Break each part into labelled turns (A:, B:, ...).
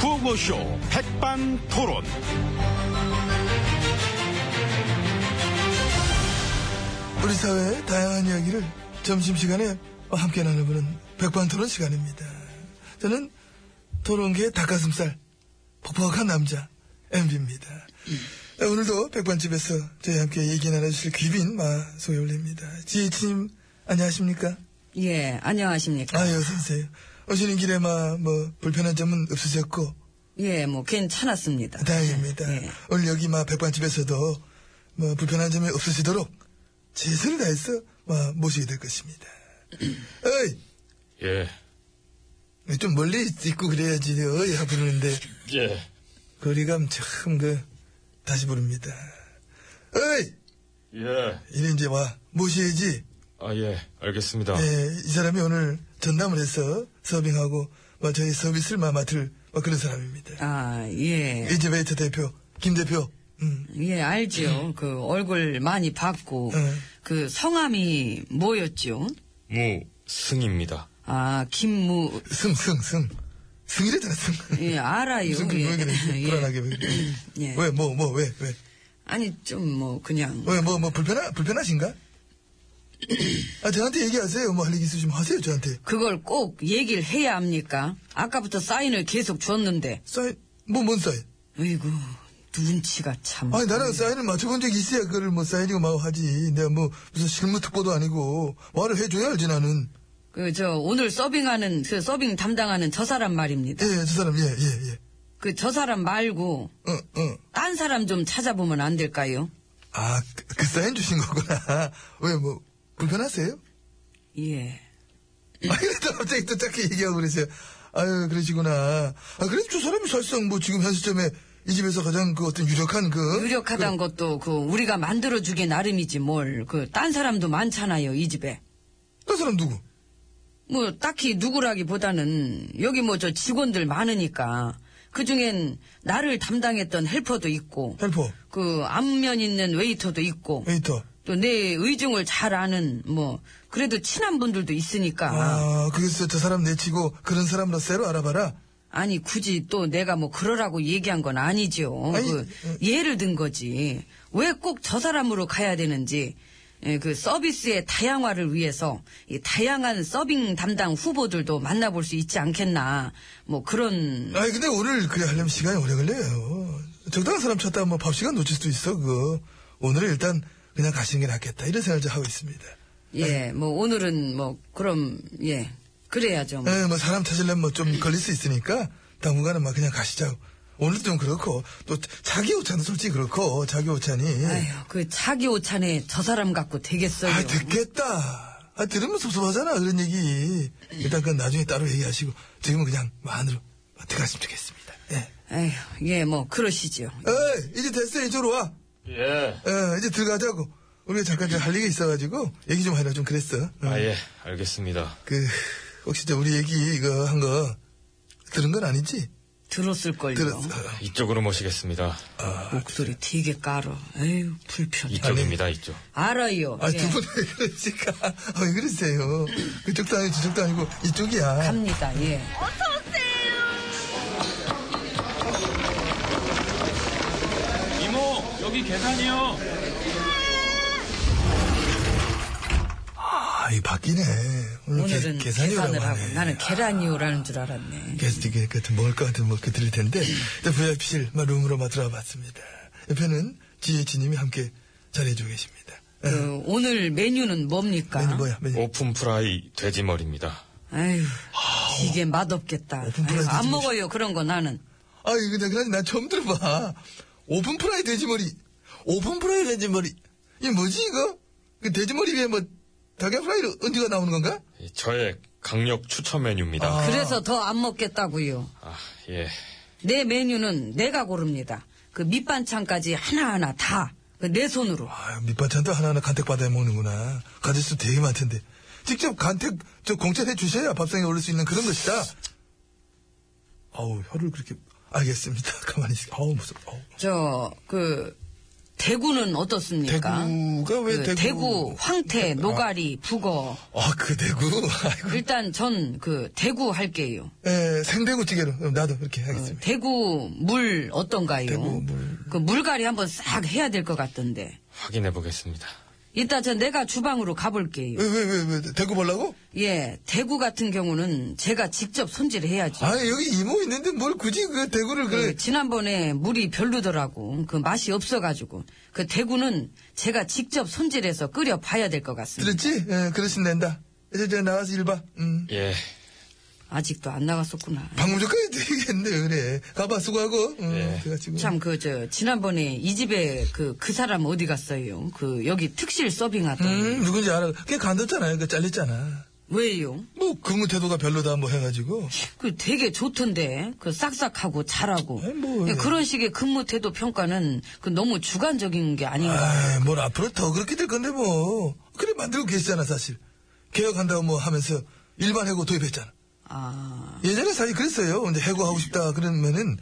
A: 구호쇼 백반토론.
B: 우리 사회의 다양한 이야기를 점심시간에 함께 나눠보는 백반토론 시간입니다. 저는 토론계 닭가슴살 퍽퍽한 남자 MB입니다. 네, 오늘도 백반집에서 저희와 함께 얘기 나눠주실 귀빈 마 소개 올립니다. 지혜치님 안녕하십니까?
C: 예, 안녕하십니까.
B: 아유 선생 오시는 길에 마 뭐 불편한 점은 없으셨고
C: 예, 뭐, 괜찮았습니다.
B: 다행입니다.
C: 예.
B: 오늘 여기 마 백반집에서도 뭐 불편한 점이 없으시도록 최선을 다해서 마 모시게 될 것입니다. 어이
A: 예.
B: 좀 멀리 있고 그래야지 어이 하 부르는데
A: 예.
B: 거리감 참 그 다시 부릅니다. 어이
A: 예.
B: 이래 이제 와 모셔야지.
A: 아, 예. 알겠습니다.
B: 예, 이 사람이 오늘 전담을 해서 서빙하고 뭐 저희 서비스를 마 맡을 뭐 그런 사람입니다.
C: 아, 예.
B: 이제 웨이터 대표 김 대표. 음.
C: 예, 알죠. 그, 얼굴 많이 봤고,
B: 예.
C: 그, 성함이 뭐였죠?
D: 네.
A: 무승입니다.
C: 아, 김무,
B: 승, 승, 승. 승이래잖아, 승.
C: 예, 알아요.
B: 무슨
C: 예.
B: 왜 그래,
C: 예.
B: 불안하게. 왜,
C: 예.
B: 왜, 뭐, 뭐, 왜, 왜.
C: 아니, 좀 뭐, 그냥.
B: 왜, 뭐, 뭐, 불편하, 불편하신가? 아, 저한테 얘기하세요. 뭐, 할 얘기 있으시면 하세요, 저한테.
C: 그걸 꼭 얘기를 해야 합니까? 아까부터 사인을 계속 줬는데,
B: 사인, 뭐, 뭔 사인?
C: 어이구, 눈치가 참.
B: 아니, 나랑 사인을 맞춰본 적이 있어야 그걸 뭐, 사인이고 뭐 하지. 내가 뭐, 무슨 실무특보도 아니고, 말을 해줘야 알지, 나는.
C: 그, 저, 오늘 서빙하는, 그 서빙 담당하는 저 사람
B: 예,
C: 말입니다.
B: 예, 저 사람, 예, 예, 예.
C: 그, 저 사람 말고,
B: 응, 응.
C: 딴 사람 좀 찾아보면 안 될까요?
B: 아, 그, 그 사인 주신 거구나. 왜, 뭐, 불편하세요?
C: 예.
B: 아, 그래, 또 갑자기 또 짧게 얘기하고 그러세요. 아유, 그러시구나. 아, 그래도 저 사람이 사실상 뭐 지금 현 시점에 이 집에서 가장 그 어떤 유력한 그.
C: 유력하단 것도 그 우리가 만들어주기 나름이지 뭘 그 딴 사람도 많잖아요 이 집에
B: 그 사람 누구?
C: 뭐 딱히 누구라기보다는 여기 뭐 저 직원들 많으니까 그 중엔 나를 담당했던 헬퍼도 있고
B: 헬퍼,
C: 그 앞면 있는 웨이터도 있고
B: 웨이터.
C: 또 내 의중을 잘 아는 뭐 그래도 친한 분들도 있으니까
B: 아, 그래서 저 사람 내치고 그런 사람으로 새로 알아봐라.
C: 아니 굳이 또 내가 뭐 그러라고 얘기한 건 아니죠.
B: 아니,
C: 그 예를 든 거지. 왜 꼭 저 사람으로 가야 되는지 예, 그 서비스의 다양화를 위해서 이 다양한 서빙 담당 후보들도 만나볼 수 있지 않겠나. 뭐 그런
B: 아니, 근데 오늘 그래 하려면 시간이 오래 걸려요. 적당한 사람 찾다 뭐 밥시간 놓칠 수도 있어, 그거. 오늘은 일단 그냥 가시는 게 낫겠다. 이런 생각을 좀 하고 있습니다.
C: 예, 뭐 오늘은 뭐 그럼 예 그래야죠. 뭐.
B: 에, 뭐 사람 찾으려면 뭐 좀 걸릴 수 있으니까 당분간은 막 그냥 가시자고. 오늘도 좀 그렇고, 또 자기 오찬도 솔직히 그렇고, 자기 오찬이.
C: 아휴, 그 자기 오찬에 저 사람 갖고 되겠어요.
B: 아, 듣겠다. 아, 들으면 섭섭하잖아, 그런 얘기. 일단 그건 나중에 따로 얘기하시고, 지금은 그냥 만으로 들어가시면 좋겠습니다. 예.
C: 아휴, 예, 뭐 그러시죠.
B: 에이, 이제 됐어, 이쪽으로 와.
A: 예.
B: 어, 이제 들어가자고. 우리가 잠깐 좀할 얘기 있어가지고, 얘기 좀 하려고 좀 그랬어. 어,
A: 아, 예. 알겠습니다.
B: 그, 혹시 저 우리 얘기 이거 한 거, 들은 건 아니지?
C: 들었을걸요.
B: 들었어.
A: 이쪽으로 모시겠습니다.
C: 목소리 되게 깔아. 에휴, 불편해.
A: 이쪽입니다, 이쪽.
C: 알아요.
B: 아,
C: 예.
B: 두 분 왜 그러실까? 아, 왜 그러세요? 그쪽도 아니고 저쪽도 아니고 이쪽이야.
C: 갑니다. 예.
D: 이모 여기 계산이요
B: 아, 이 바뀌네. 오늘, 계-
C: 오늘은
B: 계산이라고 예.
C: 계산을 하고
B: 하네.
C: 나는 계란이요라는 줄 알았네.
B: 게스트 이게 같은 먹을 것 같은 뭐 이렇게 드릴 텐데 일단 VIP실 막 룸으로 막 들어와 봤습니다. 옆에는 지혜진님이 함께 자리해주고 계십니다. 예,
C: 그 오늘 메뉴는 뭡니까?
B: 메뉴 뭐야? 메뉴.
A: 오픈 프라이 돼지머리입니다.
C: 아휴, 이게 맛없겠다.
B: 오픈 프라이드
C: 아휴, 안
B: 좀-
C: 먹어요 그런 거 나는.
B: 아 이거 나 그냥 나 처음 들어봐. 오픈 프라이 돼지머리, 오픈 프라이 돼지머리. 이게 뭐지 이거? 그 돼지머리 위에 뭐 닭의 프라이로 언제가 나오는 건가?
A: 이 예, 저의 강력 추천 메뉴입니다.
B: 아.
C: 그래서 더 안 먹겠다고요.
A: 아, 예.
C: 내 메뉴는 내가 고릅니다. 그 밑반찬까지 하나하나 다그 내 손으로.
B: 아 밑반찬도 하나하나 간택 받아야 먹는구나. 가질 수 되게 많던데 직접 간택 저 공천해 주셔야 밥상에 올릴 수 있는 그런 것이다. 아우 혀를 그렇게 알겠습니다. 가만히 있어. 아우 무섭. 아우.
C: 저 그 대구는 어떻습니까?
B: 대구가 왜
C: 그
B: 대구?
C: 대구, 황태, 노가리, 북어.
B: 아, 그 대구? 아이고.
C: 일단 전 그 대구 할게요.
B: 예, 생대구찌개로. 그럼 나도 이렇게 하겠습니다.
C: 어, 대구 물 어떤가요?
B: 대구 물.
C: 그 물갈이 한번 싹 해야 될 것 같던데.
A: 확인해 보겠습니다.
C: 이따 전 내가 주방으로 가볼게요.
B: 왜, 왜, 왜, 왜, 대구 보려고?
C: 예, 대구 같은 경우는 제가 직접 손질해야죠.
B: 아, 여기 이모 있는데 뭘 굳이 그 대구를 그래.
C: 그 지난번에 물이 별로더라고. 그 맛이 없어가지고. 그 대구는 제가 직접 손질해서 끓여 봐야 될 것 같습니다.
B: 들었지? 예, 그러신 된다. 이제 저 나가서 일 봐. 음.
A: 예.
C: 아직도 안 나갔었구나.
B: 방금 전까지 되겠네, 그래. 가봐, 수고하고. 음,
A: 예.
B: 제가 지금.
C: 참, 그, 저, 지난번에 이 집에 그, 그 사람 어디 갔어요? 그, 여기 특실 서빙하던.
B: 음, 누군지 알아. 걔 간뒀잖아요. 그 잘렸잖아.
C: 왜요?
B: 뭐, 근무 태도가 별로다, 뭐 해가지고.
C: 그 되게 좋던데. 그 싹싹하고 잘하고.
B: 에이, 뭐,
C: 예,
B: 예.
C: 그런 식의 근무 태도 평가는 그 너무 주관적인 게 아닌가.
B: 아, 뭘 앞으로 더 그렇게 될 건데, 뭐. 그래, 만들고 계시잖아, 사실. 개혁한다고 뭐 하면서 일반 해고 도입했잖아.
C: 아.
B: 예전에 사실 그랬어요. 근데 해고하고 싶다 그러면은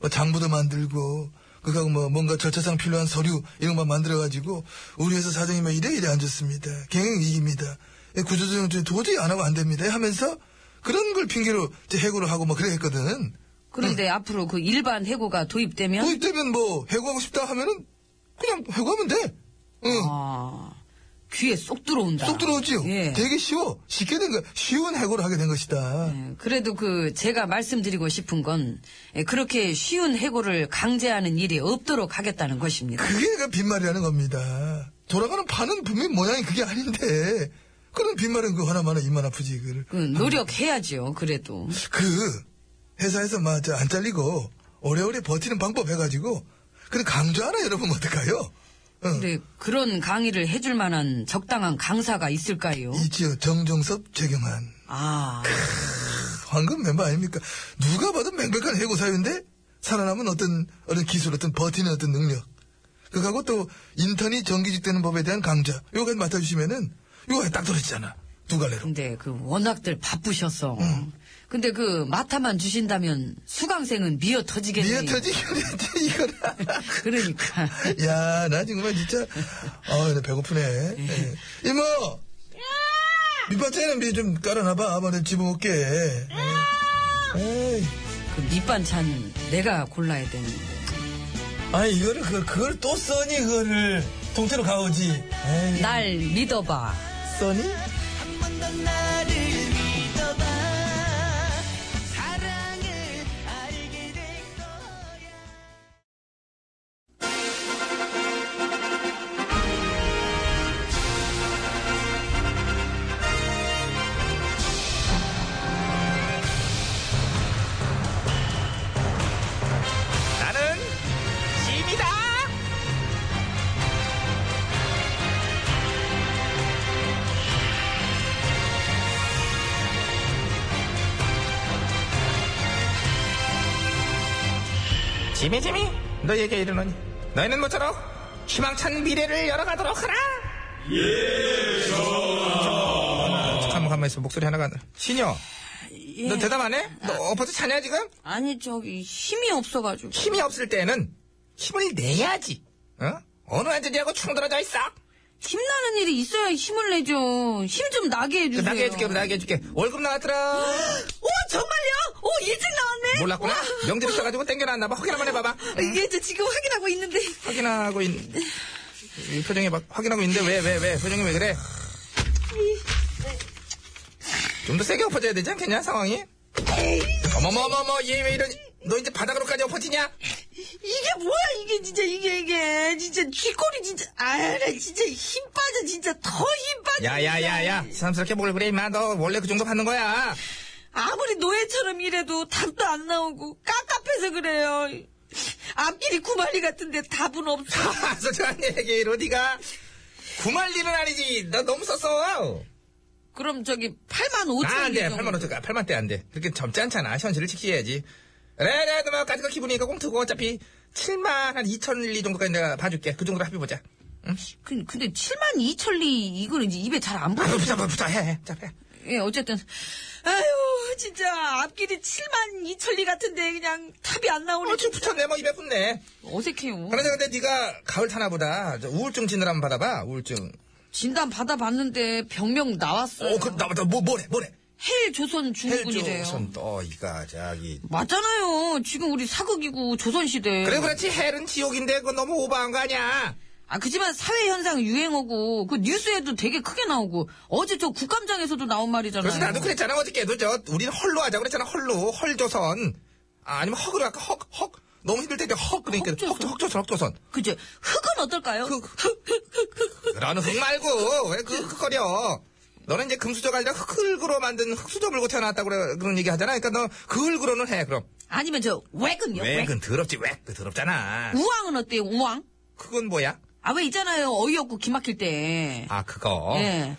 B: 뭐 장부도 만들고 그거 뭐 뭔가 절차상 필요한 서류 이런 것만 만들어가지고 우리 회사 사장님은 이래 이래 안 좋습니다. 경영이익입니다. 예, 구조조정 중에 도저히 안 하고 안 됩니다. 하면서 그런 걸 핑계로 이제 해고를 하고 막 그래 했거든.
C: 그런데 앞으로 그 일반 해고가 도입되면.
B: 도입되면 뭐 해고하고 싶다 하면은 그냥 해고하면 돼. 응.
C: 아, 귀에 쏙 들어온다.
B: 쏙 들어오지요.
C: 예.
B: 되게 쉬워. 쉽게 된 거야. 쉬운 해고를 하게 된 것이다.
C: 예, 그래도 그 제가 말씀드리고 싶은 건 예, 그렇게 쉬운 해고를 강제하는 일이 없도록 하겠다는 것입니다.
B: 그게 그 빈말이라는 겁니다. 돌아가는 판은 분명히 모양이 그게 아닌데, 그런 빈말은 그 하나만은 입만 아프지, 그를.
C: 그 노력해야지요. 그래도
B: 그, 회사에서 막, 저, 안 잘리고, 오래오래 버티는 방법 해가지고, 그런 강조 하나 열어보면 어떨까요? 응.
C: 근데 그런 강의를 해줄 만한 적당한 강사가 있을까요?
B: 있지요. 정종섭, 최경환.
C: 아,
B: 황금 멤버 아닙니까? 누가 봐도 명백한 해고 사유인데, 살아남은 어떤, 어떤 기술, 어떤 버티는 어떤 능력. 그거하고 또, 인턴이 정규직되는 법에 대한 강좌. 요거까지 맡아주시면은, 요거 딱 들어지잖아. 두 갈래로.
C: 근데 그 워낙들 바쁘셔서. 근데 그 마타만 주신다면 수강생은 미어 터지겠네요.
B: 니가 터지겠지, 이거는.
C: 그러니까
B: 야, 나 정말 진짜, 아, 나 배고프네. 예. 이모! 밑반찬에는 미 좀 깔아놔봐. 아마 내 집어먹게. 에이.
C: 그 밑반찬 내가 골라야 되는.
B: 아니, 이거를, 그, 그걸 또 써니, 그거를. 통째로 가오지.
D: 음.
B: 에이.
C: 날 믿어봐.
B: 써니?
D: 나는 짐이다. 짐이 짐이 너에게 이르노니 너희는 모쪼록 희망찬 미래를 열어가도록 하라. 예, 전하. 가만 있어 목소리 하나가 안 나. 신여, 예. 너
C: 예.
D: 대답 안 해? 너 엎어서 자냐 지금?
C: 아니 저기 힘이 없어가지고
D: 힘이 없을 때는 힘을 내야지. 어? 어느 한전이하고 충돌하자 있어.
C: 힘나는 일이 있어야 힘을 내죠 힘 좀 나게 해주세요
D: 그, 나게 해줄게, 나게 해줄게. 월급 나왔더라.
C: 오 정말요? 오 일찍 나왔네
D: 몰랐구나. 명절 있어가지고 땡겨놨나봐. 확인 한번 해봐봐.
C: 이게 저 지금 확인하고 있는데
D: 확인하고 있. 이 표정이 막 확인하고 있는데 왜 왜 왜 표정이 왜 그래? 좀 더 세게 엎어져야 되지 않겠냐 상황이? 어머머머머 얘 왜 이러니? 너 이제 바닥으로까지 엎어지냐?
C: 이게 뭐야 이게 진짜 이게 이게 진짜 쥐꼬리 진짜 아나 진짜 힘 빠져 진짜 더 힘 빠져
D: 야야야야 사람스럽게 뭘 그래 임마 너 원래 그 정도 받는 거야.
C: 아무리 노예처럼 일해도 답도 안 나오고 깝깝해서 그래요 앞길이 구말리 같은데 답은 없어
D: 소중한 얘기 로디가 구말 일은 아니지 나 너무 썼어
C: 그럼 저기 8만 5천
D: 아, 안돼
C: 정도.
D: 8만 5천 8만 대 안돼 그렇게 젊지 않잖아 현실을 지켜야지 그래 그래 까지가 기분이니까 꽁트고 어차피 7만 한 2천 리 정도까지 내가 봐줄게 그 정도로 합의 보자
C: 그- 근데 7만 2천리 이거는 이제 입에 잘 안
D: 아
C: 붙어.
D: 부자 부자 해해자해
C: 예, 어쨌든 아유
E: 진짜 앞길이 7만 2천 리 같은데 그냥 탑이 안 나오네.
D: 어, 지금 붙였네, 뭐, 입에 붙네.
C: 어색해요.
D: 그러자, 근데 네가 가을 타나보다 저 우울증 진을 한번 받아봐, 우울증.
C: 진단 받아봤는데 병명 나왔어요.
D: 어, 그, 나, 나, 뭐, 뭐래, 뭐래.
C: 헬 조선
D: 헬조,
C: 중국군이래요.
D: 손, 떠, 이가, 자기.
C: 맞잖아요. 지금 우리 사극이고 조선시대.
D: 그래, 그렇지. 헬은 지옥인데, 그거 너무 오버한 거 아니야.
C: 아, 그지만 사회현상 유행어고, 그 뉴스에도 되게 크게 나오고, 어제 저 국감장에서도 나온 말이잖아요.
D: 그래서 나도 그랬잖아, 어저께도. 저, 우린 헐로 하자 그랬잖아, 헐로. 헐조선. 아, 아니면 헉으로 할까, 헉, 헉. 너무 힘들 때 헉, 그러니까.
C: 헉조선.
D: 헉조선, 헉조선, 헉조선.
C: 그죠? 흙은 어떨까요?
D: 그런 흙 말고, 왜 그 흙거려. 너는 이제 금수저가 아니라 흙으로 만든 흙수저 물고 태어났다고 그래, 그런 얘기 하잖아. 그러니까 너 그 흙으로는 해, 그럼.
C: 아니면 저 웩은요?
D: 왜?
C: 웩.
D: 그건 더럽지, 왜? 그 더럽잖아.
C: 우왕은 어때요? 우왕?
D: 그건 뭐야?
C: 아, 왜 있잖아요. 어이없고 기막힐 때.
D: 아, 그거.
C: 예.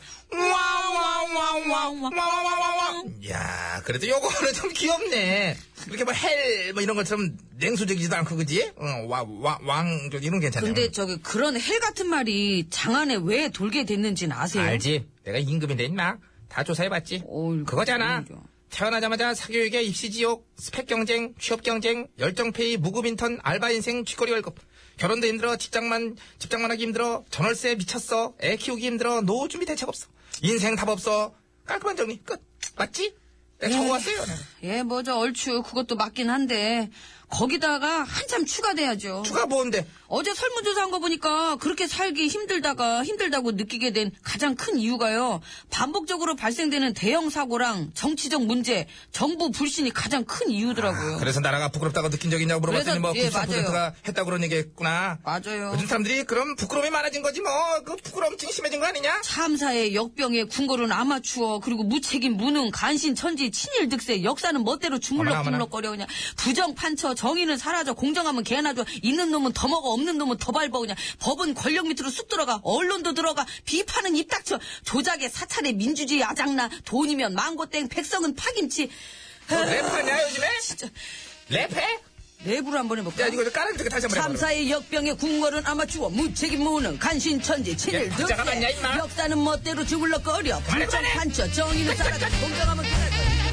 D: 와와와와와와와와와. 야, 그래도 요거는 좀 귀엽네. 이렇게 뭐 헬, 뭐 이런 것처럼 냉소적이지도 않고, 그지? 어, 와, 와, 왕, 저 이런 거 괜찮아.
C: 근데 저기 그런 헬 같은 말이 장안에 왜 돌게 됐는지는 아세요?
D: 알지? 내가 임금인데, 임마. 다 조사해봤지.
C: 어이구,
D: 그거잖아.
C: 어이구.
D: 태어나자마자 사교육에 입시지옥, 스펙 경쟁, 취업 경쟁, 열정페이, 무급인턴, 알바 인생, 쥐거리 월급. 결혼도 힘들어, 직장만, 직장만 하기 힘들어, 전월세 미쳤어, 애 키우기 힘들어, 노후 준비 대책 없어. 인생 답 없어. 깔끔한 정리, 끝. 맞지? 네, 내가 적어왔어요.
C: 예, 뭐 저 얼추 그것도 맞긴 한데 거기다가 한참 추가돼야죠.
D: 추가 보는데
C: 어제 설문조사한 거 보니까 그렇게 살기 힘들다가 힘들다고 느끼게 된 가장 큰 이유가요. 반복적으로 발생되는 대형 사고랑 정치적 문제, 정부 불신이 가장 큰 이유더라고요.
D: 아, 그래서 나라가 부끄럽다고 느낀 적 있냐고
C: 그래서,
D: 물어봤더니 뭐
C: 예,
D: 94%가 했다고 그런 얘기 했구나.
C: 맞아요.
D: 요즘 사람들이 그럼 부끄러움이 많아진 거지 뭐 그 부끄러움증이 심해진 거 아니냐?
C: 참사에 역병에 궁궐은 아마추어 그리고 무책임 무능 간신 천지 친일 득세 역사는 멋대로
D: 어머나, 어머나.
C: 주물럭주물럭거려 그냥 부정 판처 정의는 사라져 공정하면 개나 줘 있는 놈은 더 먹어 없는 놈은 더 밟아 그냥 법은 권력 밑으로 쑥 들어가 언론도 들어가 비판은 입 닥쳐 조작에 사찰에 민주주의 아장나 돈이면 망고땡 백성은 파김치 아,
D: 너 랩하냐 요즘에?
C: 진짜
D: 랩해?
C: 내부로 한번 해볼까?
D: 야 이거 좀 깔아줄게 다시 한번 해봐
C: 참사의 역병의 궁궐은 아마추어 무책임 무능 간신천지 친일
D: 야,
C: 득세
D: 박자가 맞냐, 임마?
C: 역사는 멋대로 주물럭거려
D: 빨리
C: 불정
D: 빨리!
C: 판처 정의는 사라져 공정하면 개나 줘